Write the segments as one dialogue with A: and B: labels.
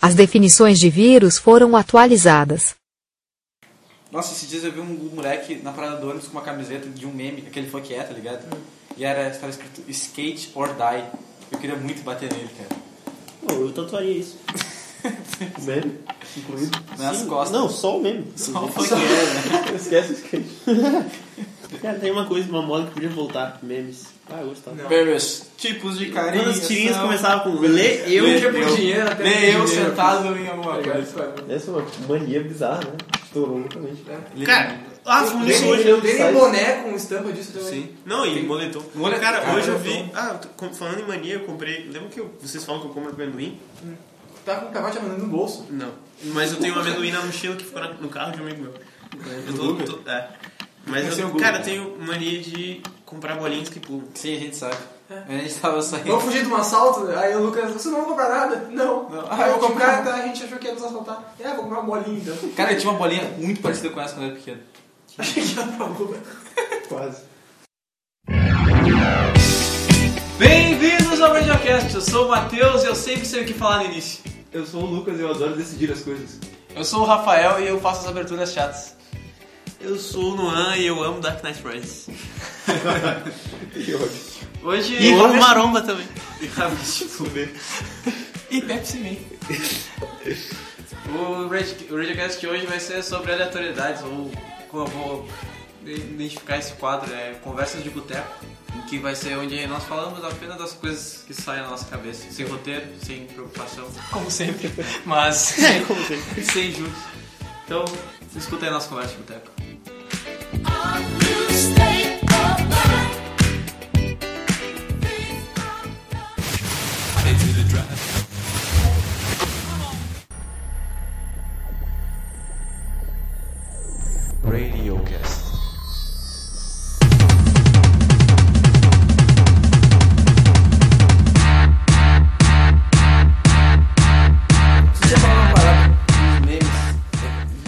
A: As definições de vírus foram atualizadas.
B: Nossa, esses dias eu vi um, um moleque na parada do ônibus com uma camiseta de um meme, aquele funk é, tá ligado?
C: Hum.
B: E era, tava escrito Skate or Die. Eu queria muito bater nele, cara.
D: Pô, eu tatuaria isso. o meme, incluído.
B: Nas
D: Sim,
B: costas.
D: Não, só o meme.
B: Só o funk é, né?
D: Esquece o skate. Cara, tem uma coisa, uma moda que podia voltar. Memes. Ah, eu gostava.
B: Vários tipos de carinho.
D: Quando as tirinhas começavam com lê eu.
C: Lê eu. dinheiro até
B: Lê
C: dinheiro. Tá
B: eu sentado em alguma
C: Obrigado,
B: coisa.
C: sabe?
D: Essa é uma mania bizarra, né? Estourou loucamente.
B: Lê-
E: Cara, ah,
C: Tem-
E: isso
C: tem-
E: hoje.
D: eu-
C: Tem
B: é
D: sai-
C: nem boné com estampa disso também.
B: Sim.
E: Não, e moletom.
B: Moletom.
E: Cara,
B: Cara,
E: hoje eu
B: moletom.
E: vi. Ah, eu tô com- falando em mania, eu comprei. Lembra que eu- vocês falam que eu compro amendoim?
C: Tá com o cavalo de amendoim no bolso.
E: Não. Mas eu tenho um amendoim na mochila que ficou na- no carro de um amigo meu. Eu tô. tô- é. Mas
B: Esse é o
D: um
E: eu,
B: Google.
E: cara, eu tenho mania de comprar bolinhas que pulam.
B: Sim, a gente sabe. A gente tava saindo.
C: É. Vamos fugir de um assalto? Aí o Lucas, você não vai comprar nada? Não.
B: Não.
C: Ah, eu vou comprar, tá, a gente achou que ia nos assaltar. É, vou comprar um bolinho então.
B: Cara, eu tinha uma bolinha muito parecida com essa quando eu era pequeno.
C: Achei que ia pra rua.
D: Quase.
B: Bem-vindos ao Radiocast, eu sou o Matheus e eu sempre sei o que falar no início.
D: Eu sou o Lucas e eu adoro decidir as coisas.
B: Eu sou o Rafael e eu faço as aberturas chatas.
E: Eu sou o Noan e eu amo Dark Knight Rises.
D: Que ódio.
B: Hoje.
E: E eu amo Maromba também.
B: E Pepsi Man. o Radi- o Radiocast de hoje vai ser sobre aleatoriedades, ou como eu vou identificar esse quadro, é Conversas de Boteco, que vai ser onde nós falamos apenas das coisas que saem da nossa cabeça, sem roteiro, sem preocupação, como sempre, É, mas sem juros. Então, escuta aí a nossa conversa de boteco.
C: Deixa eu falar uma parada.
B: Os memes,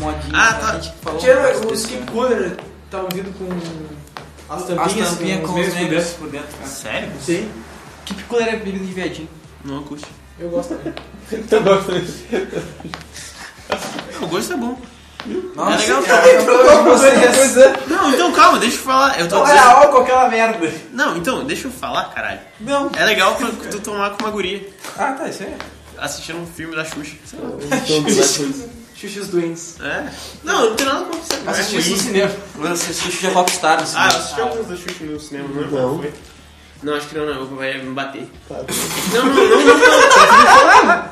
B: modinha,
E: Ah, tá.
B: a gente falou
C: Tira
B: bastante
C: o
B: desse
C: Skip
B: ano.
C: Cooler, tá unido com as
B: As
C: tampinhas,
B: tampinhas com os
C: meios por
B: memes
C: dentro.
B: por dentro, cara.
E: Sério?
C: Sim,
B: Que picolé era bebida de viadinho.
E: Não, curte.
C: eu gosto também.
D: Tá bom.
E: Não, o gosto é bom.
B: Nossa,
E: legal,
B: cara,
C: Tem problema com vocês.
E: Não, então calma, deixa eu falar. Eu tô
C: é
B: Não
E: dizendo-
B: era álcool aquela merda.
E: Não, então, deixa eu falar, caralho.
B: Não.
E: É legal pra tu tomar com uma guria,
B: Ah, tá, isso aí.
E: assistindo um filme da Xuxa. Sei lá.
D: Um
C: Xuxos doentes.
E: É. Não, não tem nada contra isso. Não é
B: Assisti isso
E: ruim.
B: no cinema. um- Eu assisti de Rockstar no
E: Ah,
B: cinema.
E: eu assisti alguns da Xuxa no cinema, não lembro
D: Não. Tá.
E: qual foi. Não, acho que não, não, vai me bater.
D: Claro.
E: Não, não, não, não, não.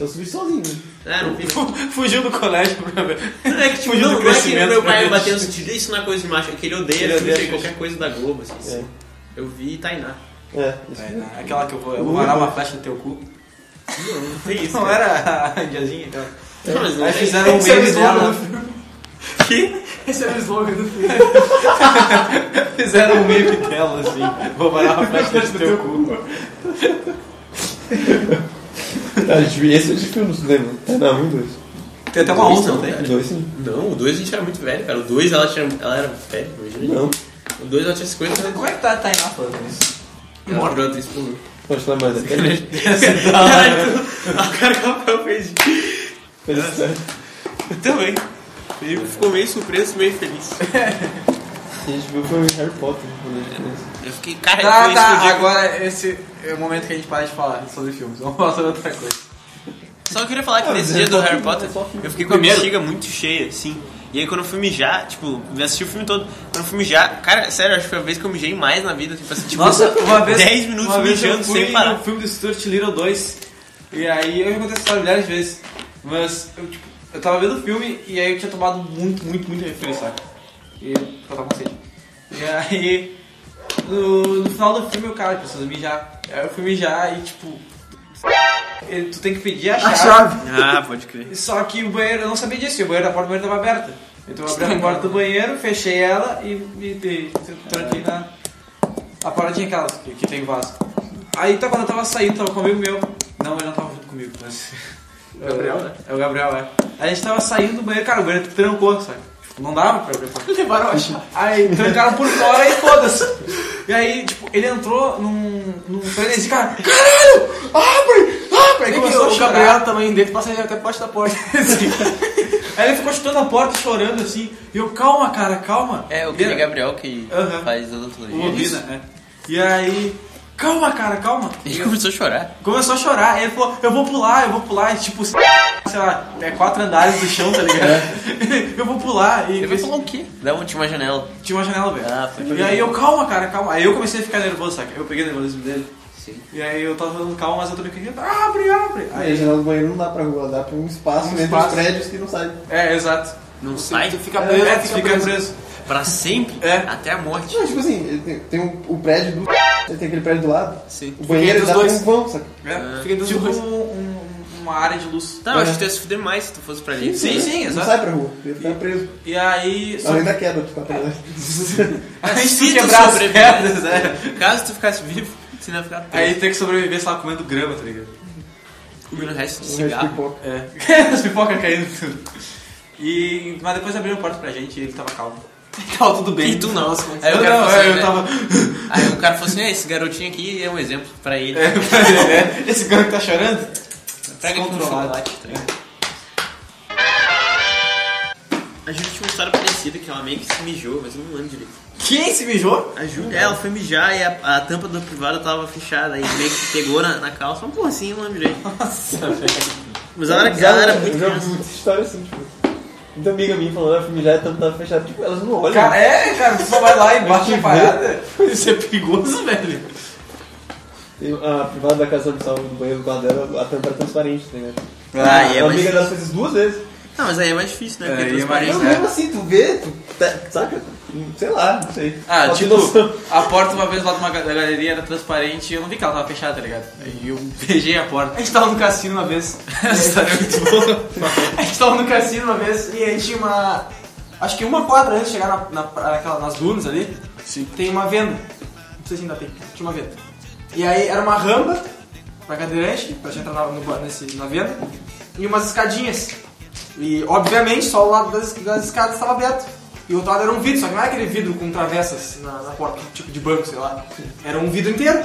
D: Eu subi sozinho.
E: É, não fiz.
B: Fugiu do colégio pra ver.
E: É que, tipo,
B: Fugiu do
E: não, não é que
B: crescimento,
E: meu pai
B: né?
E: bateu no
D: tipo,
E: sentido, isso não é coisa de macho, é que ele odeia,
B: Ele
E: ele
B: odeia Xuxa.
E: qualquer coisa da Globo, assim. assim. Eu vi Tainá.
D: É, isso.
B: Aquela que eu vou, eu vou varar uma flecha no teu cu.
E: Não foi isso.
B: Não
E: cara.
B: era a Indiazinha? aquela?
E: Não, mas não
B: Aí
E: tem-
B: fizeram um
C: um então. Esse é o
B: meme
C: slogan
B: dela.
C: do filme.
B: Que?
C: Esse é o slogan do filme.
B: Fizeram um meme dela, assim. Vou varar uma flecha no teu cu.
D: A gente viu esse é de filme no cinema. É, não, um, dois.
B: Tem até uma
E: Dois
B: onça,
E: não,
B: não tem?
E: cara.
D: Dois sim.
E: Não, o 2 a gente era muito velho, cara. O 2 ela, tinha- ela era velha, imagina.
D: Não.
E: O 2 ela tinha 50 anos.
B: Como é que tá a Tainá falando isso?
E: Ela virou atriz pro mundo.
D: Pode falar mais até.
E: Caralho, a cara que o Rafael fez.
D: Fez isso, né?
E: Eu também. Ele ficou meio surpreso, meio feliz.
D: A gente viu foi o Harry Potter quando a
E: É.
D: gente fez.
E: Eu fiquei, cara,
B: Tá,
E: eu
B: tá,
E: explodi.
B: agora esse é o momento que a gente para de falar sobre filmes. Vamos falar sobre outra coisa.
E: Só queria falar
B: Ah,
E: que
D: mas
E: nesse dia
D: é
E: do
D: só
E: Harry
D: filme,
E: Potter,
D: é só filme.
E: eu fiquei com a
B: Primeiro.
E: bexiga muito cheia, assim. E aí quando eu fui mijar, tipo, eu assisti o filme todo. Quando eu fui mijar, cara, sério, acho que foi a vez que eu mijei mais na vida. Tipo, assim, tipo,
B: Nossa, uma vez.
E: 10 minutos
B: uma vez
E: mijando
B: eu fui
E: sem parar.
B: no filme do Stuart Little 2. E aí eu já contei essa história milhares de vezes. Mas eu, tipo, eu tava vendo o filme e aí eu tinha tomado muito, muito, muito refresco, saca? E eu tava com sede. E aí. No, no final do filme, o cara, precisa mijar. é, Aí eu fui mijar e tipo. ele- tu tem que pedir a chave.
E: Ah, pode crer.
B: Só que o banheiro, eu não sabia disso, e o banheiro da porta do banheiro tava aberta. Então eu abri a porta do banheiro, fechei ela e me dei. Tranquei na. A paradinha é aquela que, que tem vaso. Aí tá quando eu tava saindo, tava com um amigo meu. Não, ele não tava junto comigo, mas.
C: Gabriel, né?
B: É o Gabriel, é. Aí a gente tava saindo do banheiro, cara, o banheiro trancou, sabe? Tipo, Não dava pra abrir a porta.
C: Levaram a chave.
B: Aí trancaram por fora e foda-se. E aí, tipo, ele entrou num, num frenesi, cara, assim, caralho! Abre! Abre! Aí
C: É que
B: começou a
C: o o
B: chorar.
C: Gabriel também dentro, passageiro até parte da porta.
B: Aí ele ficou chutando a porta, chorando assim. E eu, calma, cara, calma.
E: É, o Guilherme
B: E-
E: Gabriel que
B: Aham.
E: faz
B: O
E: odontologia.
B: Lobina, né? E aí, calma, cara, calma.
E: Ele começou a chorar.
B: Começou a chorar. Aí ele falou, eu vou pular, eu vou pular. E tipo, sei lá, é quatro andares do chão, tá ligado? eu vou pular. E
E: Ele vai falar o quê? Dá um, tinha uma janela.
B: tinha uma janela aberta.
E: Ah, foi.
B: E aí eu, calma, cara, calma. Aí eu comecei a ficar nervoso, saca? Eu peguei o nervosismo dele.
E: Sim.
B: E aí eu tava falando calma, mas eu também queria. Abre, abre!
D: Aí a
B: Aí,
D: janela do banheiro não dá pra rua, dá pra um espaço
B: Um
D: dentro
B: espaço.
D: dos prédios que não sai.
B: é, exato.
E: Não sai
C: Fica
B: É,
C: preso,
B: é,
C: fica,
B: fica
C: preso.
B: preso.
E: pra sempre,
B: É.
E: até a morte.
D: Não, tipo assim, ele tem, tem o, o prédio do. Tem aquele prédio do lado.
E: Sim.
D: O banheiro
C: Tem
D: dá
C: dos
D: pra
C: dois.
D: um vão, saca?
B: É.
C: Fica dentro
B: Tipo
C: do
B: um- um- uma área de luz.
E: Tá, eu acho que tu ia se fuder mais se tu fosse pra ali.
B: Sim, sim,
D: Não
B: exato.
D: sai pra rua, ele fica preso.
B: E aí. só-
D: Além da queda, tu tá preso.
B: A gente
E: Se tu
B: quebrar as
E: sobreviver.
B: pedras, é.
E: Caso tu ficasse vivo, você não ia ficar preso.
B: Aí tem que sobreviver, sei lá, comendo grama, tá ligado?
E: comendo o resto de
D: O Um resto de
E: cigarro.
D: pipoca.
B: É. As pipocas caindo tudo. E, mas depois abriram a porta pra gente e ele tava calmo. Tava tudo bem.
E: E tu não. Aí
B: Eu,
E: o
B: não,
E: cara falou assim,
B: "Ah, eu
E: né?
B: tava.
E: Aí o cara falou assim, "É, esse garotinho aqui é um exemplo pra ele.
B: É, Esse cara que tá chorando?
E: Pega ele com
B: Descontrolado.
E: chocolate. Tá ligado? a Júlia tinha uma história parecida, que ela meio que se mijou, mas eu não lembro direito.
B: Quem se mijou?
E: A Júlia, ela foi mijar e a, a tampa do privado tava fechada, aí meio que pegou na, na calça, um porcinho, não lembro direito.
B: Nossa, velho.
E: Mas ela era, ela era
D: Eu
E: muito
D: já
E: criança.
D: ouvi muita história assim, tipo. Muita amiga minha falando, ela foi mijar e a tampa tava fechada. Tipo, elas não olham.
B: Cara, é, cara, tu só vai lá e bate a
D: te
B: parada. Isso é perigoso, velho.
D: Tem A privada da casa do salvo do banheiro do quarto dela, a tampa era transparente, tá ligado?
E: Ah, é,
D: a
E: mas-
D: amiga dela fez isso duas vezes.
E: Não, mas aí é mais difícil, né? Porque
B: Aí
E: é
B: é
E: transparente.
B: mais-
D: Não, mesmo assim, tu vê, tu. tá- Saca? Sei lá, não sei.
B: Ah,
D: Só tem
B: tipo,
D: noção.
B: a porta uma vez lá de uma ga- da galeria era transparente e eu não vi que ela tava fechada, tá ligado? E eu beijei a porta.
C: A gente tava no cassino uma vez.
B: Essa história é muito boa.
C: A gente tava no cassino uma vez e aí tinha uma. Acho que uma quadra antes de chegar na, na, naquela- nas dunas ali, tem uma venda. Não sei se ainda tem, tinha uma venda. E aí era uma rampa pra cadeirante, pra gente entrar na, no- nesse, na venda, e umas escadinhas. E obviamente só o lado das, das escadas estava aberto. E o outro lado era um vidro, só que não era aquele vidro com travessas na, na porta, tipo de banco, sei lá. Era um vidro inteiro.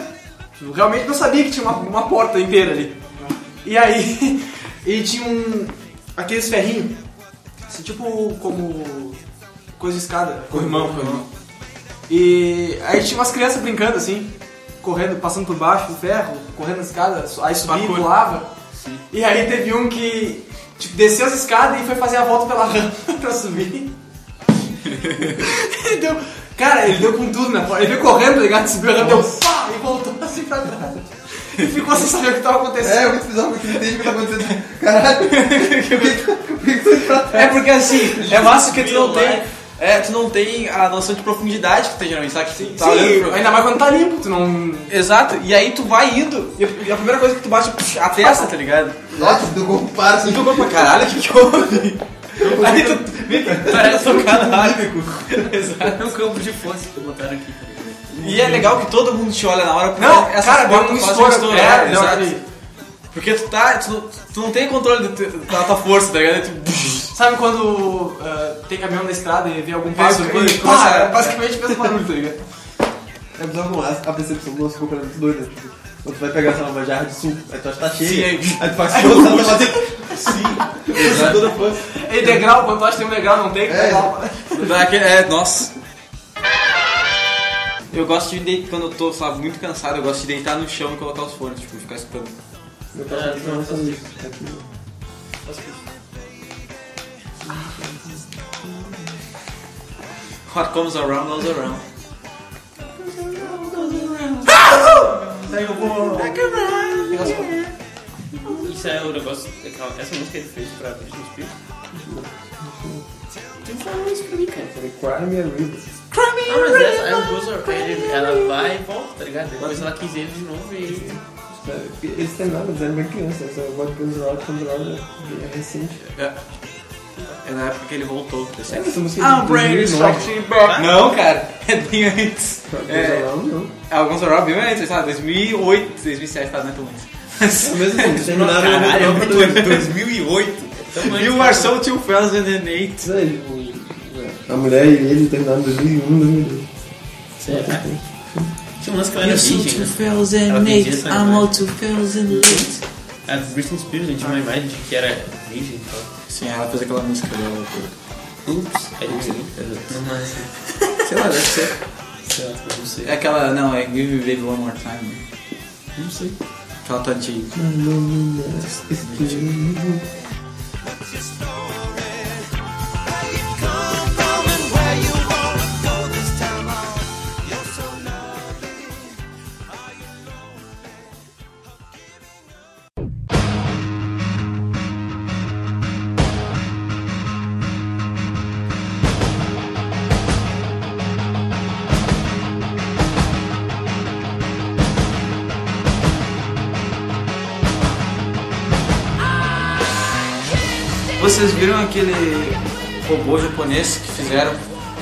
C: Eu realmente não sabia que tinha uma, uma porta inteira ali. E aí, e tinha um. aqueles ferrinhos. assim, tipo como. coisa de escada. Corrimão, corrimão. E aí tinha umas crianças brincando assim, correndo, passando por baixo do ferro, correndo as escadas, aí subia e
B: Bacana.
C: pulava. E aí teve um que tipo, desceu as escadas e foi fazer a volta pela rampa pra subir. ele deu. Cara, ele deu com tudo na porta. Ele veio correndo, tá ligado? Subiu a rampa, deu pá! E voltou assim pra trás. E ficou sem saber o que tava acontecendo.
D: É, muito bizarro porque não entende o que tá acontecendo. Caralho, por que que tu indo pra
B: É porque assim, é massa que tu não tem. É, tu não tem a noção de profundidade que tu tem geralmente, sabe? Sim,
C: Sim, ainda mais quando tá limpo, tu não.
B: Exato, e aí tu vai indo, e a- e a primeira coisa que tu bate é puxa, a testa, tá ligado?
D: Nossa, do corpo para assim.
B: E tu vai pra caralho, o que que houve? Aí tu vê que parece um cadáver. Exato.
E: É um campo de força que botaram aqui. tá ligado?
B: E é legal que todo mundo te olha na hora. porque
C: Não,
B: essas
C: cara, deu
B: portas
C: um
B: fazem
C: estouro.
B: estouro,
C: É,
B: né?
C: não,
B: Exato.
C: ele-
B: Porque tu tá, tu, não- tu não tem controle do teu- da tua força, tá ligado? Aí tu-
C: Sabe quando ah, tem caminhão na estrada e vê algum
B: Vê
C: passo
B: isso,
C: e
B: quando
C: pá,
B: começa-
C: é, basicamente fez barulho, tá ligado?
D: É bizarro como a, a percepção do nosso corpo é muito doida. Tipo, quando tu vai pegar, sei lá, uma jarra de suco, aí tu acha que
E: É,
D: tá cheia.
B: Sim, é
D: aí
B: aí-
D: tu faz força, ela tá batendo. Sim, exato. toda força.
C: E degrau, quando tu acha que tem um degrau, não tem.
D: É.
C: degrau.
B: Dá aquele- é, nossa. Eu gosto de deitar, quando eu tô, sei lá, muito cansado, eu gosto de deitar no chão e colocar os fones, tipo, ficar escutando.
D: Meu pai tá fazendo isso, isso. aquilo.
B: What comes around goes around.
C: Daí eu vou.
E: Isso é o negócio. aquela- Essa música ele fez pra Britney Spears. Tu falou isso pra mim, cara.
D: Falei, crime and ribbons.
E: Ah, mas essa é o Buzzer. Ele, ela vai e volta, tá ligado? Depois ela quis ele de novo e.
D: Eles terminaram, eles eram bem crianças. Essa voz que eles usaram quando era né, é recente.
B: É. é na época que ele voltou. eu sei.
D: É, essa música
C: I'm
D: de
C: Brady
D: 2009.
C: Strike Back.
B: Não, cara, é bem antes. É,
D: Não, não.
B: alguns horários bem antes, sabe? 2008, 2007, tá, não é tão antes. Mas-
D: Mesmo assim, eles terminaram em
E: Caralho, é
D: 99 pra
E: muito
D: 2000.
E: antes. 2008.
B: E o Marcel 2008.
D: Isso aí, tipo, A mulher e um, né? ele terminaram em 2001, 2002.
E: Será? é. assim, Tinha um lance que ela era virgem, né? Ela fingia ser uma mulher. a Britney Spears, eu tinha uma imagem de que era virgem e tal.
F: Sim, ela fez aquela música dela. pô.
E: Ups, é isso aí. Não, mas...
F: Sei lá, deve ser.
E: Sei lá, não sei.
F: É aquela, não, é Give Me Baby One More Time. né?
E: Não sei.
F: Aquela tua de...
B: Vocês viram aquele robô japonês que fizeram?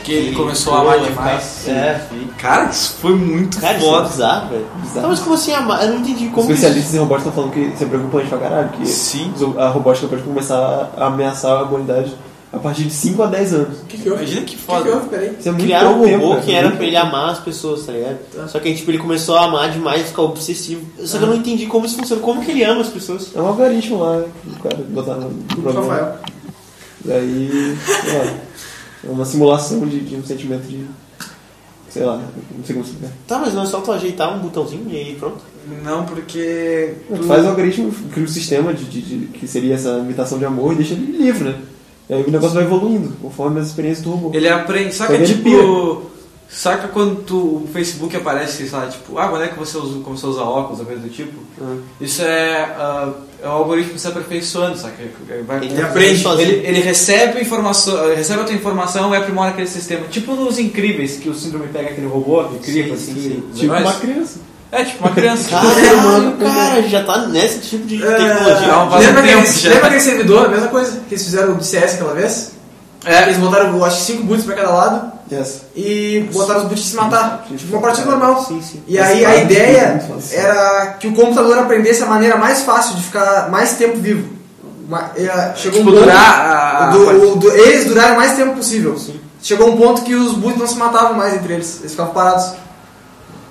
B: Que ele começou a amar
D: Pô,
B: demais.
D: É,
B: Cara, isso foi muito
D: cara, isso é
B: foda.
D: bizarro, velho.
G: Tá.
D: Não, mas como assim amar? Eu não entendi
H: Os
D: como isso.
H: especialistas em robótica estão falando que isso é preocupante pra caralho, que
F: Sim.
H: os- a robótica pode começar a ameaçar a humanidade a partir de 5 a 10 anos.
B: Que que houve? Imagina que foda. Que que Peraí.
H: Isso é muito
D: Criaram um
H: pouco tempo,
D: robô
H: cara.
D: que era pra ele amar as pessoas, tá Ah. ligado? Só que aí, tipo, ele começou a amar demais, ficar obsessivo. Só que eu não entendi como isso funciona, como que ele ama as pessoas.
H: É um algoritmo lá que o cara botaram no programa. Daí, sei lá, é uma simulação de, de um sentimento de. Sei lá, não sei como explicar.
D: Tá, mas não é só tu ajeitar um botãozinho e aí pronto.
B: Não, porque.
H: Tu faz o algoritmo, cria um sistema de, de- de- que seria essa imitação de amor e deixa ele livre, né? E aí o negócio vai evoluindo, conforme as experiências do robô.
B: Ele aprende. Saca
H: Ele
B: tipo. Saca quando tu, o Facebook aparece, sei lá, tipo, ah, quando é que você usa, começou a usar óculos, ou coisa do tipo? Isso é, ah, é um algoritmo se aperfeiçoando, saca? Ele, vai-
D: Ele aprende sozinho.
B: ele, ele recebe informação, ele recebe a tua informação e aprimora aquele sistema. Tipo nos incríveis, que o síndrome pega aquele robô que cria,
D: Sim,
B: assim,
D: sim.
B: os
H: Tipo
B: heróis.
H: uma criança.
B: É, tipo uma criança. tipo,
E: Ah,
D: Caralho, cara, já tá nesse tipo de
E: É.
D: tecnologia.
B: não, vai-
D: Já-
B: Faz um
C: É, Lembra aquele,
B: tempo já.
C: lembra aquele servidor? A mesma coisa que eles fizeram de CS aquela vez?
B: É.
C: Eles botaram, acho que 5 boots pra cada lado
H: Yes.
C: e botaram os boots se matar.
H: Sim, sim.
C: Tipo uma partida normal.
D: Sim, sim.
C: E aí a
H: Esse cara é
C: ideia
H: muito fácil.
C: era que o computador aprendesse a maneira mais fácil de ficar mais tempo vivo. Ma- é, Chegou
B: Tipo,
C: um ponto-
B: durar a-
C: o du- o du- eles duraram o mais tempo possível. Chegou um ponto que os boots não se matavam mais entre eles. Eles ficavam parados.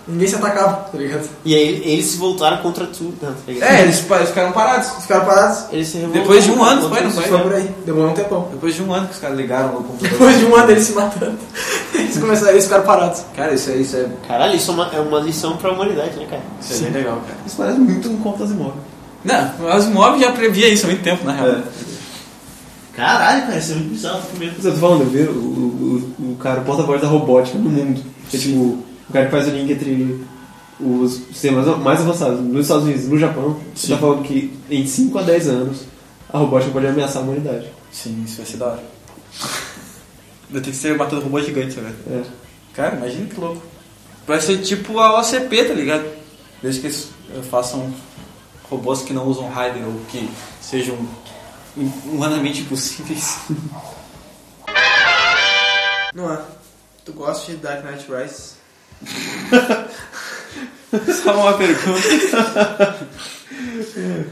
C: Ninguém se atacava, tá ligado?
D: E aí eles se voltaram contra tudo, né, tá ligado?
B: É, eles, pa- eles ficaram parados.
C: Eles ficaram parados.
D: Eles se revoltaram.
B: Depois de um ano,
D: contra
B: foi, não
D: isso.
B: foi?
C: Foi por aí. Demorou um tempão.
B: Depois de um ano que os caras ligaram no computador.
C: Depois de um ano eles se matando. Eles começaram, eles ficaram parados.
B: Cara, isso é, isso é, isso
D: Caralho, isso é uma, é uma lição pra humanidade, né, cara?
B: é bem legal, cara.
H: Isso parece muito um conto das imóveis.
B: Não, o Asimov já previa isso há muito tempo, na real.
H: É.
D: Caralho, cara, isso é muito bizarro, fico meio-
H: Mas eu tô falando, eu vi o, o, o- o cara, o porta-voz da robótica no mundo. Que é tipo, o cara que faz o link entre os sistemas mais avançados nos Estados Unidos e no Japão. Ele tá falando que em 5 a 10 anos a robótica pode ameaçar a humanidade.
B: Sim, isso vai ser da hora. Vai ter que ser matando robô gigante, velho.
H: É.
B: Cara, imagina que louco. Vai ser tipo a OCP, tá ligado? Desde que eles eh, façam robôs que não usam Raiden ou que sejam hum- humanamente impossíveis.
C: Não é. Tu gosta de Dark Knight Rise?
B: Só uma pergunta.
H: É.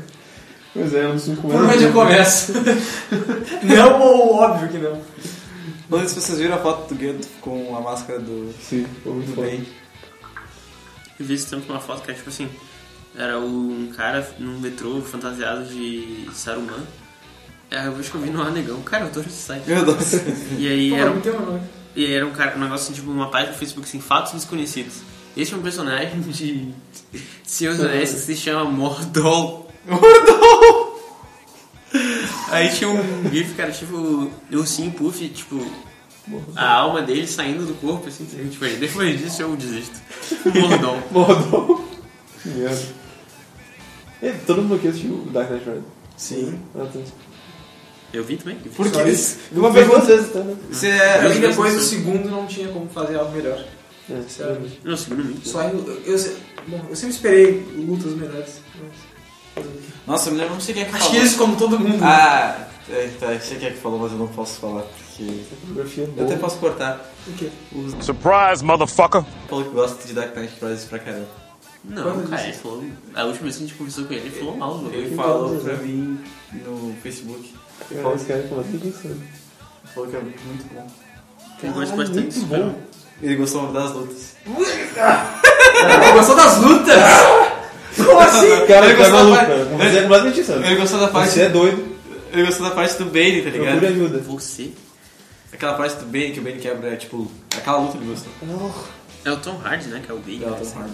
H: Pois é, eu não sei como
B: Por onde eu começo?
C: Não, ou óbvio que não.
B: Não sei se vocês viram a foto do Gueto com a máscara do,
H: Sim, foi muito
B: do
H: bom.
B: bem.
E: Eu vi esse tempo uma foto que era tipo assim, era um cara num metrô fantasiado de Saruman. É, eu acho que eu vi no Anegão. Cara, eu adoro esse site.
B: Meu Deus.
E: E aí era um,
C: Não tem um nome.
E: e aí era um cara, um negócio assim, tipo uma página do Facebook assim, fatos desconhecidos. Esse é um personagem de Senhor dos Anéis que se chama Mordol. Mordol! Aí tinha um gif, cara, tipo, de ursinho puff, tipo, a alma dele saindo do corpo, assim, tipo, aí, depois disso eu desisto. Um Mordol.
H: Mordou. Que merda. É, todo mundo aqui assistiu o Dark Knight Rises.
B: Sim.
H: Ah, tá.
E: Eu vi também. Eu vi.
B: Por que isso?
H: Uma vez vocês, tá? né?
B: Você é.
C: Pra mim, depois do segundo, não tinha como fazer algo melhor.
H: É,
C: Sério.
E: Não, segundo mim.
C: Só em- eu, eu, se- bom, eu sempre esperei lutas melhores.
B: Nossa, eu me lembro, não sei quem é que
C: Acho
B: falou.
C: que eles, como todo mundo.
B: Ah, é, tá, eu sei quem é que falou, mas eu não posso falar, porque...
H: fotografia
B: Eu até
H: boa.
B: posso cortar.
C: O quê?
F: Surprise, motherfucker!
B: Falou que gosta de Dark Knight Rises pra caramba.
E: Não, cara, ele falou. A última vez que a gente conversou com ele, ele falou mal, mano.
B: Ele falou pra mim no Facebook.
H: Cara, esse cara falou, "Tem que né? ser."
B: Falou que é muito bom.
E: Ele gosta bastante.
H: Muito bom.
B: Ele gostou das lutas.
C: Ah, gostou das lutas?
I: Como assim?
G: Cara,
B: Ele
G: tu é
B: gostou da
G: maluco,
B: parte-
G: cara. Você é completamente insano.
B: Ele gostou da parte.
G: Você é doido,
B: Ele gostou da parte do Bane, tá ligado?
G: procure ajuda.
E: Você?
B: Aquela parte do Bane que o Bane quebra, tipo, aquela luta ele gostou.
E: É o Tom Hardy, né? Que é o Bane. É o Tom Hardy.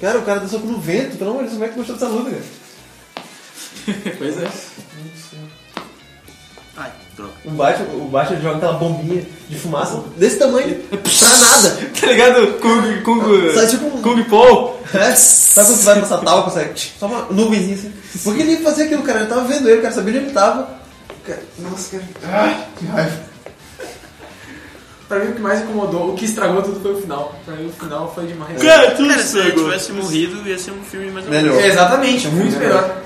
G: Cara, o cara dançou com o vento, pelo amor de Deus, como é que gostou dessa luta, cara?
B: Pois é.
E: Ai, droga.
G: O Batman, o Batman joga aquela bombinha de fumaça desse tamanho, pra nada.
B: Tá ligado? Kung. Kung.
G: Sabe, tipo um...
B: Kung Po!
G: É, sabe quando você vai passar tal, consegue... tch, Só uma nuvenzinha assim. Por que ele ia fazer aquilo, cara? Eu tava vendo ele, cara, sabia onde ele tava.
I: Nossa, cara. Ai, que raiva. Pra mim, o que mais incomodou, o que estragou tudo foi o final. Pra mim, o final foi demais.
C: é
E: Cara,
D: é
E: se eu tivesse morrido, ia ser um filme mais ou menos.
I: É, exatamente, muito melhor.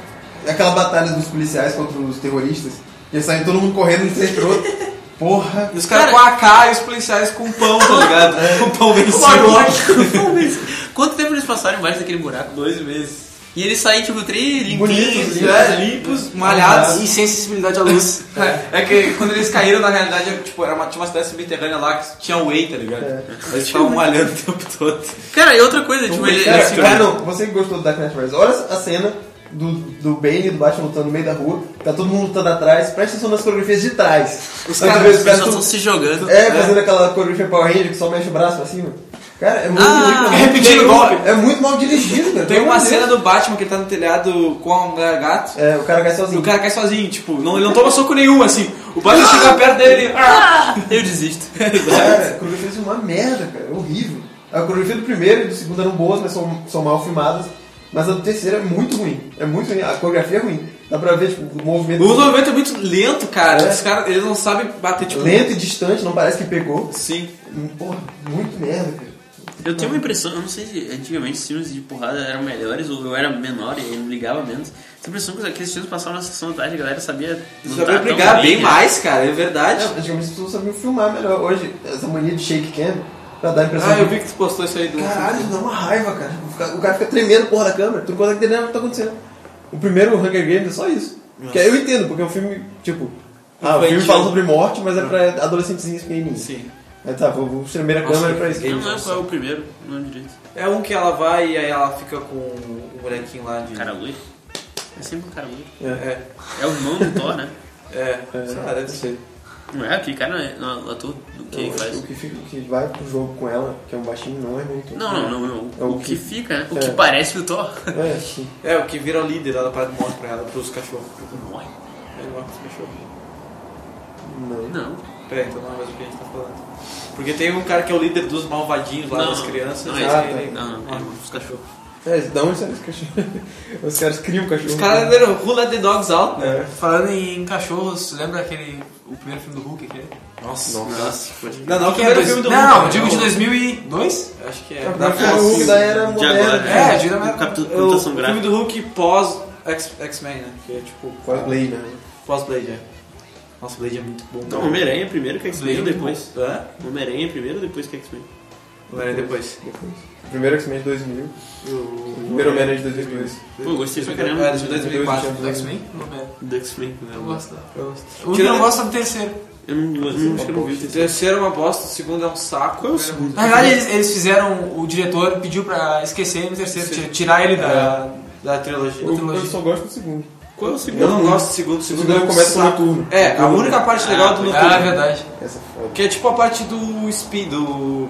G: É
H: Aquela batalha dos policiais contra os terroristas. E eles saem todo mundo correndo
G: um
H: no centro. Porra.
B: E os caras com a AK e os policiais com pão, tá ligado?
G: É.
B: Com pão vencido.
E: Quanto tempo eles passaram embaixo daquele buraco? Dois meses. E eles saem, tipo, tri limpinhos,
B: limpos,
E: né?
B: né?
E: limpos.
B: Malhados.
C: E sem sensibilidade à luz.
B: É que quando eles caíram, na realidade, era, tipo, era uma, tinha uma cidade subterrânea lá que tinha whey, tá ligado? Eles estavam malhando o tempo todo.
E: Cara, e outra coisa, tipo, ele.
H: Cara,
E: esse
H: cara,
E: cara-
H: não, você que gostou do Dark Knight Rises, olha a cena do, do Bane e do Batman lutando no meio da rua, tá todo mundo lutando atrás, presta atenção nas coreografias de trás. Os
E: Cara, os caras estão se jogando.
H: É, fazendo aquela coreografia Power Ranger que só mexe o braço pra cima. Cara, é muito,
E: Ah,
H: muito-
B: repetindo
H: Tem
B: o
H: uma-
B: golpe.
H: É muito mal dirigido,
B: Tem
H: cara.
B: um
H: pelo
B: uma
H: amor de
B: cena
H: Deus.
B: do Batman que ele tá no telhado com um gato
H: É, o cara cai
B: e
H: sozinho.
B: o cara cai sozinho, tipo, não, ele não toma soco nenhum, assim. O Batman chega perto dele e. Ah!
E: Eu desisto.
H: Cara, a coreografia é uma merda, cara. É horrível. A coreografia do primeiro e do segundo eram boas, mas são, são mal filmadas. Mas a do terceiro é muito ruim. É muito ruim. A coreografia é ruim. Dá pra ver, tipo, o movimento
B: O movimento é muito lento, cara. Os caras, eles não sabem bater, tipo.
H: lento e distante, não parece que pegou.
B: Sim.
H: Porra, muito merda, cara.
E: Eu tenho uma impressão, eu não sei se antigamente os filmes de porrada eram melhores ou eu era menor e não ligava menos. Tenho a impressão que aqueles filmes passavam na sessão da tarde, a galera sabia.
B: Eles sabem
E: lutar tão
B: brigar bem
E: né?
B: mais, cara, é verdade.
H: Não, antigamente as pessoas sabiam filmar melhor. Hoje, essa mania de shake cam, pra dar a impressão
B: Ah, eu
H: de...
B: vi que tu postou isso aí do.
H: Caralho, dá uma raiva, cara. O cara, o cara fica tremendo porra da câmera. Tu não consegue entender nada que tá acontecendo. O primeiro Hunger Games é só isso. Que aí eu entendo, porque é um filme, tipo... Ah, o filme
B: Infantil.
H: fala sobre morte, mas é pra adolescentezinhos pequenininhos.
B: Sim.
H: Aí tá, vou, vou tremer a câmera pra isso.
E: Eu não lembro qual é o primeiro, não lembro direito.
B: É um que ela vai e aí ela fica com o molequinho lá de.
E: Cara loiro? É sempre um cara loiro.
B: É,
E: É o irmão do Thor, né?
B: é, é, sei lá, deve ser.
E: Não é? Aquele cara não é não, o ator do que
H: O-
E: faz.
H: O que, fica, o que vai pro jogo com ela, que é um baixinho, não é muito.
E: Não, não, não, não.
H: É o
E: O, que,
H: que-
E: fica, né? O
H: é.
E: que parece o Thor.
H: É, sim.
B: É, o que vira o líder lá da parada morre pra ela, pros cachorros.
E: Morre.
B: Ele morre pros cachorros.
H: Não.
E: Não.
B: Pera, então não é mais o que a gente tá falando. Porque tem um cara que é o líder dos malvadinhos lá
E: Não,
B: das crianças.
E: não,
B: e
E: esse
B: aí
H: aí
B: ele-
E: Não, não,
B: Ah,
E: é os cachorros.
H: É, da onde sai os cachorros? Os caras criam um cachorro.
B: Os caras deram Who Let the Dogs Out, né?
H: É.
C: Falando em cachorros, lembra aquele. O primeiro filme do Hulk? Aquele?
B: Nossa, nossa.
H: Não, não,
B: Quem é do filme do
C: não,
B: Hulk,
C: eu digo
B: né?
C: de 2002?
B: Acho que é.
H: Não, o filme do Hulk da era
E: De agora.
H: moderna.
C: É, de-
E: o captu-
B: É o
D: um
E: computação
B: filme
E: gráfica.
B: do Hulk pós X- X-Men, né? Que é tipo.
H: Cosplay, né?
B: Pós-Blade, é. Nossa, Blade é muito bom.
E: Não, Homem-Aranha primeiro que X-Men ou depois.
B: Hã?
E: Homem-Aranha primeiro depois que X-Men.
B: Homem-Aranha depois.
H: Primeiro X-Men de 2000. O primeiro Homem-Aranha de 2002.
E: Pô, eu gostei pra caramba
B: É, de 2004.
C: Do X-Men? né? Não, velho.
E: do X-Men.
C: Eu
E: né?
C: gosto.
B: O
C: O
B: Tirando-
C: não gosta do terceiro.
E: Eu não, eu não, acho que eu não vi o
B: O
E: terceiro.
B: terceiro é uma bosta, o segundo é um saco. Qual é o segundo?
C: Na verdade, eles, eles fizeram. O diretor pediu pra esquecer ele no terceiro,
B: Sim.
C: tira- tirar ele da.
B: Da trilogia.
C: Eu-
H: Eu só gosto do segundo.
B: Qual é o segundo? Eu não gosto do segundo. O
H: O
B: segundo é
H: segundo
B: um
H: começa com o
B: saco.
H: noturno.
B: É, a única parte legal do
C: Ah, é
B: noturno.
C: verdade.
H: Essa é foda.
B: Que é tipo a parte do Speed, do.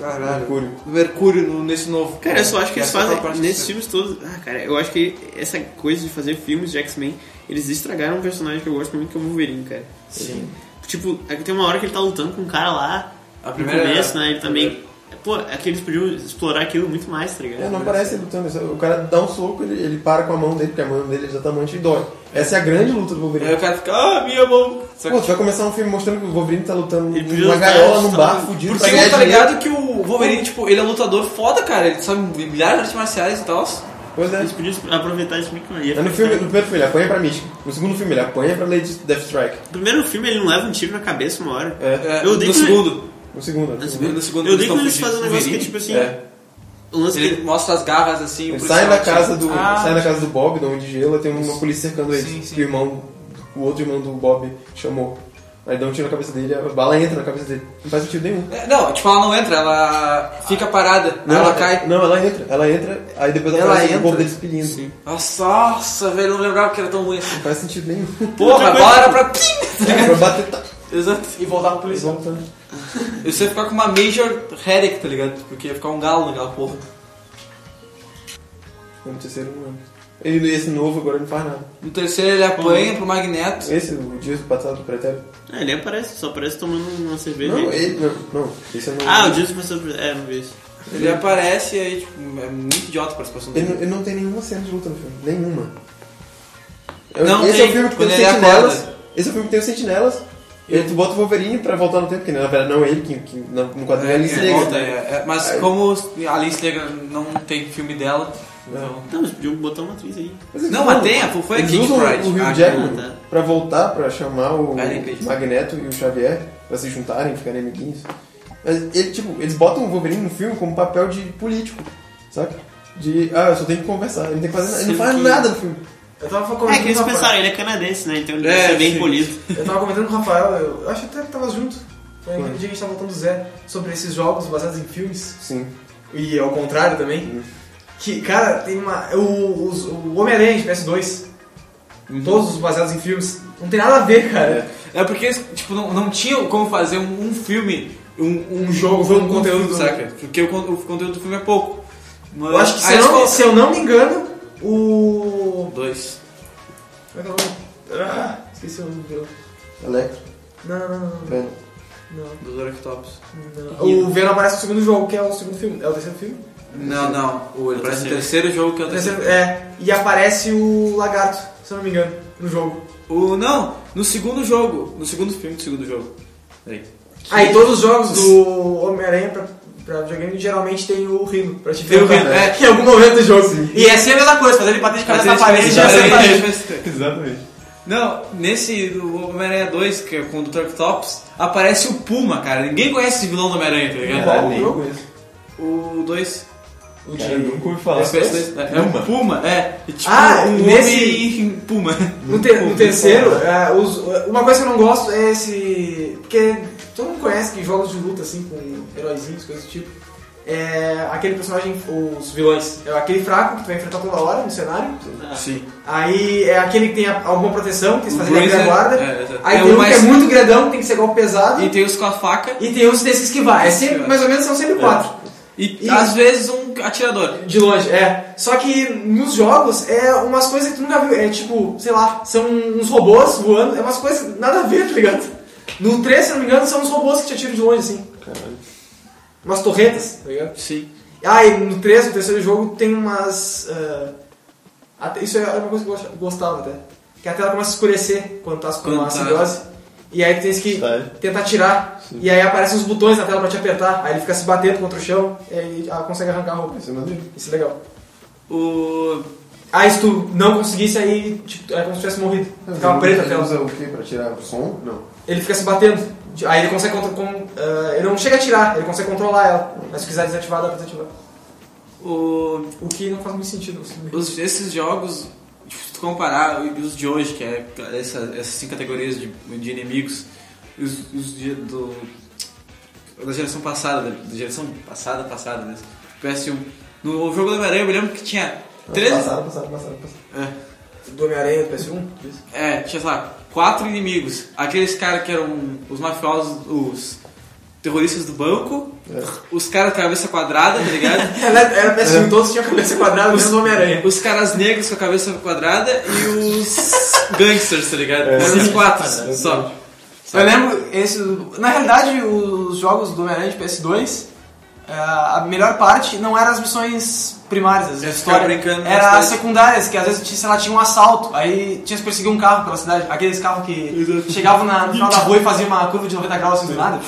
B: Caralho.
H: Mercúrio.
B: Do Mercúrio no- nesse novo.
E: Cara, eu só acho que eles
B: Essa é aquela
E: fazem
B: parte que
E: nesses
B: você-
E: filmes todos. Ah, cara, eu acho que essa coisa de fazer filmes de X-Men, eles estragaram um personagem que eu gosto muito, que é o Wolverine, cara.
B: Sim.
E: Tipo, é que tem uma hora que ele tá lutando com um cara lá
B: A
E: no
B: primeira. é
E: começo, né? Ele também. Pô, é que eles podiam explorar aquilo muito mais, tá ligado?
H: É, não parece ele lutando. só- O cara dá um soco, ele, ele para com a mão dele, porque a mão dele é exatamente e dói. Essa é a grande luta
B: Aí
H: do Wolverine.
B: o cara fica, ah, minha mão. Só que,
H: Pô, tu vai começar um filme mostrando que o Wolverine tá lutando
E: Ele podia
H: numa
E: lutar,
H: gaiola, num
E: tá-
H: bar fudido pra
B: Porque eu
H: ganhar
B: tá
H: dinheiro.
B: ligado que o Wolverine, tipo, ele é lutador foda, cara. Ele sabe milhares de artes marciais e tal.
H: Pois é.
E: Eles podiam aproveitar isso muito mais.
B: É
H: Mas no, filme, no primeiro filme ele apanha pra Mística. No segundo filme ele apanha pra Lady Deathstrike.
E: No primeiro filme ele não leva um tiro na cabeça uma hora.
H: É.
E: Eu odeio
B: no
E: que-
B: segundo.
H: No segundo. né?
E: No
H: Ele
E: segundo,
B: No segundo
E: eu
B: eles
E: dei
B: estão
E: quando eles
B: fugindo.
E: fazem um negócio que é tipo assim.
B: É.
E: O lance
B: Ele
E: que.
B: mostra as garras assim. o
H: um- sai da
B: policial atira.
H: casa do. Ah. sai da casa do um Bob, de onde gela, tem uma polícia cercando ele.
C: Sim, sim.
H: Que o irmão. O outro irmão do Bob chamou. Aí dá um tiro na cabeça dele, a bala entra na cabeça dele. Não faz sentido nenhum.
B: É, Não, tipo, ela não entra, ela fica parada, ela cai.
H: Não, é. ela entra. Ela entra, aí depois
B: Ela
H: aparece o
B: entra.
H: povo deles pedindo.
B: Nossa, nossa, velho, eu não lembrava que era tão ruim assim.
H: Não faz sentido nenhum.
B: Porra, a bala era pra.
H: É, pra bater tá.
B: Exato. E voltar pra
H: Eles
B: polícia.
H: vão tá.
B: Eu ia ficar com uma major headache, tá ligado? Porque ia ficar um galo naquela porra.
H: No terceiro não lembro. E esse novo agora não faz nada.
B: No terceiro ele apanha pro Magneto.
H: Esse, o dia do passado do pretérito.
D: Ah, ele aparece, só aparece tomando uma cerveja.
H: Não,
D: aí.
H: ele. Não, não. Esse eu não.
D: Ah, o Dilson passou. É, não vi isso.
B: Ele aparece e aí, tipo, é muito idiota a participação
H: Ele,
B: dele.
H: não- ele não tem nenhuma cena de luta no filme. Nenhuma.
B: Não
H: esse é
B: tem.
H: o filme que tem
B: Quando
H: os
B: ele
H: sentinelas.
B: acorda.
H: Esse é o filme que tem os sentinelas. E aí tu bota o Wolverine pra voltar no tempo, que na verdade não é ele, que, que na- no quadrinho é, ele se
B: É,
H: nega.
B: volta, é, é, mas
H: Aí-
B: como a Alice Negra não tem filme dela, então.
D: Não, mas podiam botar uma atriz aí.
B: Não, mas tem, a- foi a
H: Eles
B: King
H: usam
B: Pride.
H: o Rio
B: Ah,
H: Jackman
D: tá.
H: pra voltar, pra chamar o
B: Ah, ele fez.
H: Magneto e o Xavier pra se juntarem, ficarem amiguinhos. Mas ele, tipo, eles botam o Wolverine no filme como papel de político, saca? De, ah, eu só tenho que conversar, ele não tem que fazer nada, ele não
D: Sendo
H: faz
D: que-
H: nada no filme.
C: Eu tava falando com
D: É que eles
C: o Rafael.
D: pensaram, ele é canadense, né? Então ele
B: É,
D: deve ser bem
B: sim.
D: polido.
C: Eu tava comentando com o Rafael, eu acho até que tava junto. Foi aquele dia que a gente tava voltando do Zé, sobre esses jogos baseados em filmes.
H: Sim.
C: E ao contrário
B: Uhum.
C: também. Que, cara, tem uma. O, os- o Homem-Aranha de PS2. Todos os baseados em filmes. Não tem nada a ver, cara.
B: Uhum. É porque, tipo, não, não tinha como fazer um, um filme, um, um jogo
C: Um
B: com né? conteúdo,
C: conteúdo.
B: saca? Porque o, con- o conteúdo do filme é pouco. Mas,
C: Eu acho que se
B: aí
C: eu, não,
B: eles
C: se eu não me engano, o.
B: colocam Dois.
C: Como é que é o nome? Ah, esqueci o nome dele.
H: Electro,
C: Não, não, não,
H: Venom.
C: não,
B: Dos Oractops.
C: não. O Venom aparece no segundo jogo, que é o segundo filme. É o terceiro filme?
B: Não, não. é O, ele parece o terceiro jogo que é o terceiro.
C: É, e aparece o lagarto, se eu não me engano, no jogo.
B: O, não, no segundo jogo. No segundo filme do segundo jogo. Peraí.
C: Aí todos os jogos do Homem-Aranha pra, pra videogame geralmente tem o Rino, pra te
B: Tem o
C: enfrentar,
B: Rhino, é.
C: Em algum momento do jogo.
B: E é sempre a mesma coisa, fazer ele bater de cabeça na parede e acertar
H: Exatamente.
B: Não, nesse do Homem-Aranha 2, que é com o Dr. Octopus, aparece o Puma, cara. Ninguém conhece esse vilão do Homem-Aranha, tá ligado?
H: Caralho, nem conheço.
B: O 2.
C: O
H: Cara, eu
C: de-
H: nunca ouvi falar.
B: É um Puma, é. E, Tipo,
C: Ah,
B: um
C: nesse-
B: homem em Puma.
C: No, te- no terceiro, é, os- uma coisa que eu não gosto é esse. Porque todo mundo conhece que jogos de luta, assim, com heróizinhos, coisas do tipo. É aquele personagem, os vilões. É aquele fraco que tu vai enfrentar toda hora no cenário.
B: Sim.
C: Aí é aquele que tem a- alguma proteção, que eles fazem
B: Bruiser,
C: a guarda.
B: é, exato.
C: Aí
B: É
C: tem
B: o
C: um que é
B: mais-
C: muito grandão, que tem que ser golpe pesado.
B: E tem os com a faca.
C: E tem uns desses que vai. É sempre, mais ou menos são
B: É.
C: sempre quatro.
B: E,
C: E-
B: às vezes um atirador.
C: De longe, é. Só que nos jogos é umas coisas que tu nunca viu. É tipo, sei lá, são uns robôs voando. É umas coisas nada a ver, tá ligado? No 3, se não me engano, são uns robôs que te atiram de longe, assim. Umas torretas, tá ligado?
B: Sim.
C: Ah, e no 3, no terceiro jogo, tem umas. ah, até- isso é uma coisa que eu gosta- gostava até. Que a tela começa a escurecer quando tá com
B: Quando
C: uma
B: tá.
C: acidose. E aí tu tens que
H: Sabe?
C: tentar tirar. E aí aparecem uns botões na tela pra te apertar. Aí ele fica se batendo contra o chão. E aí ah, consegue arrancar a roupa.
H: Isso é maneiro.
C: Isso é legal.
B: O.
C: Ah, e se tu não conseguisse, aí tipo, é como se tivesse morrido. Ficava preto a
H: Ele
C: tela.
H: usa o quê? Pra tirar o som? Não.
C: Ele fica se batendo. Aí ele consegue controlar. ele não chega a tirar, ele consegue controlar ela. Mas se quiser desativar, dá pra desativar.
B: O.
C: O que não faz muito sentido. assim.
B: os- esses jogos, tipo, se tu comparar os de hoje, que é essa- essas cinco categorias de, de inimigos, e os, os de- do, da geração passada, da, da geração passada, passada mesmo, PS1. No jogo da Homem-Aranha eu me lembro que tinha três,
H: Passaram, passaram, passaram, passaram.
C: Do Homem-Aranha, do PS1.
B: é, tinha, sei lá, quatro inimigos. Aqueles caras que eram os mafiosos, os terroristas do banco, os caras com a cabeça quadrada, tá ligado?
C: Ela É, né? era PS1, todos tinham cabeça quadrada, menos o Homem-Aranha.
B: Os caras negros com a cabeça quadrada e os gangsters, tá ligado? Eram os quatro só.
E: Eu lembro, esse, na realidade, os jogos do Homem-Aranha de PS2, eh, a melhor parte não eram as missões primárias,
B: É
E: as
B: ficar
E: histórias.
B: brincando na
E: Era as
B: cidade.
E: secundárias, que às vezes tinha, sei lá, tinha um assalto, aí tinha que perseguir um carro pela cidade, aqueles carros que chegavam na, no final da rua e faziam uma curva de 90 graus assim do nada.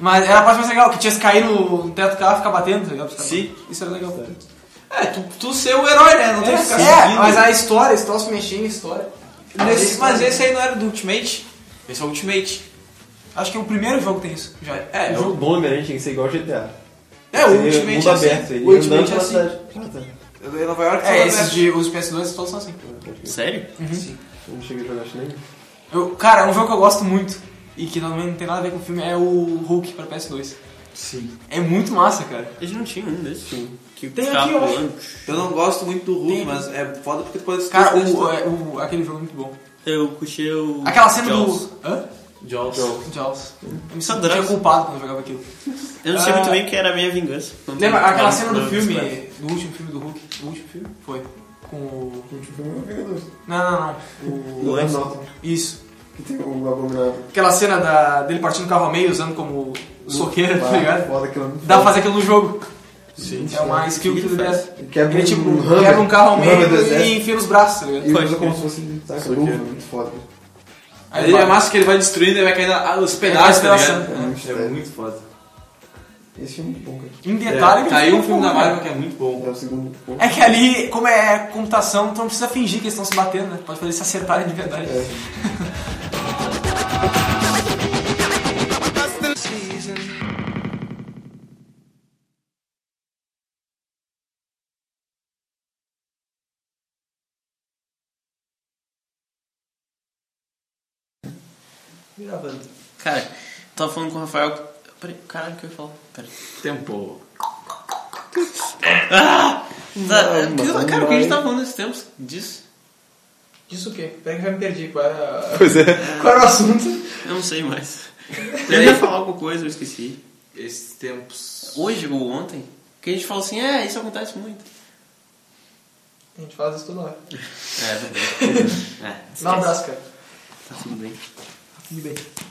E: Mas era a parte mais legal, que tinha que cair no teto do carro e ficar batendo, tá ligado?
B: Sim.
E: Isso era legal.
B: É, tu, tu ser o herói, né? Não tem que ficar
E: É,
B: seguindo.
E: mas a história, se troço mexia em história.
B: Nesse- mas esse aí não era do Ultimate. Esse é o Ultimate.
E: Acho que o primeiro jogo tem isso, já.
B: É,
J: O
B: eu-
J: jogo do Homem-Aranha tinha que ser igual ao GTA.
B: é o
J: Seria
B: Ultimate
J: mundo
B: é assim.
J: aberto, ele
B: O Ultimate
J: andando
B: é
J: pela
B: assim.
J: cidade. Ah, tá.
B: É Nova York,
E: É,
B: é
E: esses
B: esse.
E: de, os PS2 todos são assim.
D: Sério?
H: Eu não cheguei a jogar acho nem.
C: Eu, cara, um jogo que eu gosto muito e que também não tem nada a ver com o filme é o Hulk pra PS2.
E: Sim.
C: É muito massa, cara.
E: A gente não tinha um desses. Que
C: Tem
E: ficava
C: aqui, ó.
E: pulando.
B: Eu não gosto muito do Hulk, mas é foda porque tu pode
C: Cara, o, é, o- aquele jogo é muito bom.
E: Eu puxei o.
C: Aquela cena
E: Jaws.
C: do.
E: é
C: Hã?
B: Jaws.
C: Jaws. Eu me
E: Só
C: sentia
E: Drax.
C: culpado quando eu jogava aquilo.
E: Eu não sei muito
C: Ah.
E: bem o que era a minha vingança. Não
C: Lembra
E: tem-
C: aquela
E: não,
C: cena do
E: não,
C: filme,
E: não.
C: do último filme do Hulk? O último filme? Foi. Com o.
J: é
C: Não, não, não. O...
H: Não, não.
C: Isso.
H: Que tem um o abominável.
C: Aquela cena da... dele partindo o carro ao meio usando como soqueira, tá ligado?
H: Foda que ela não
C: Dá pra fazer aquilo no jogo.
H: Sim.
C: É uma skill que ele deve.
H: Quebra
C: Ele tipo
H: um Hummer,
C: quebra um carro ao
H: Hummer do
C: meio
H: exército.
C: e enfia nos braços, tá ligado?
H: E
E: Pode
H: usa como
E: crer.
H: se fosse saca, luva, muito foda.
C: Aí
B: Ele
C: vai-
B: é massa que ele vai destruindo e vai caindo ah, os pedaços, tá
C: Ele vai
B: ligado?
C: pedaçando,
H: né?
B: É muito foda.
H: Esse filme é muito bom, cara.
C: Em detalhe, ele
B: Caiu um
C: fica
B: filme da
C: bom, cara.
B: Marvel que é muito bom.
H: É o segundo ponto.
C: É que ali, como é computação, então não precisa fingir que eles estão se batendo, né? Pode fazer eles se acertarem de verdade.
H: É.
E: Cara, tava falando com o Rafael. Peraí, caralho, o que eu ia falar? Peraí.
B: Tempo.
E: Tá, é, porque- cara, o que a gente tava falando nesses tempos disso?
C: Isso o quê? Pera que eu já me perdi. Qual era,
G: Pois é.
C: Qual era o assunto?
E: Eu não sei mais. Eu ia falar alguma coisa, eu esqueci.
B: Esses tempos.
E: Hoje ou ontem, que a gente falou assim, é, isso acontece muito.
C: A gente faz isso toda hora.
E: É, verdade. é,
C: Dá um abraço, cara.
E: tá tudo bem.
C: Tudo bem.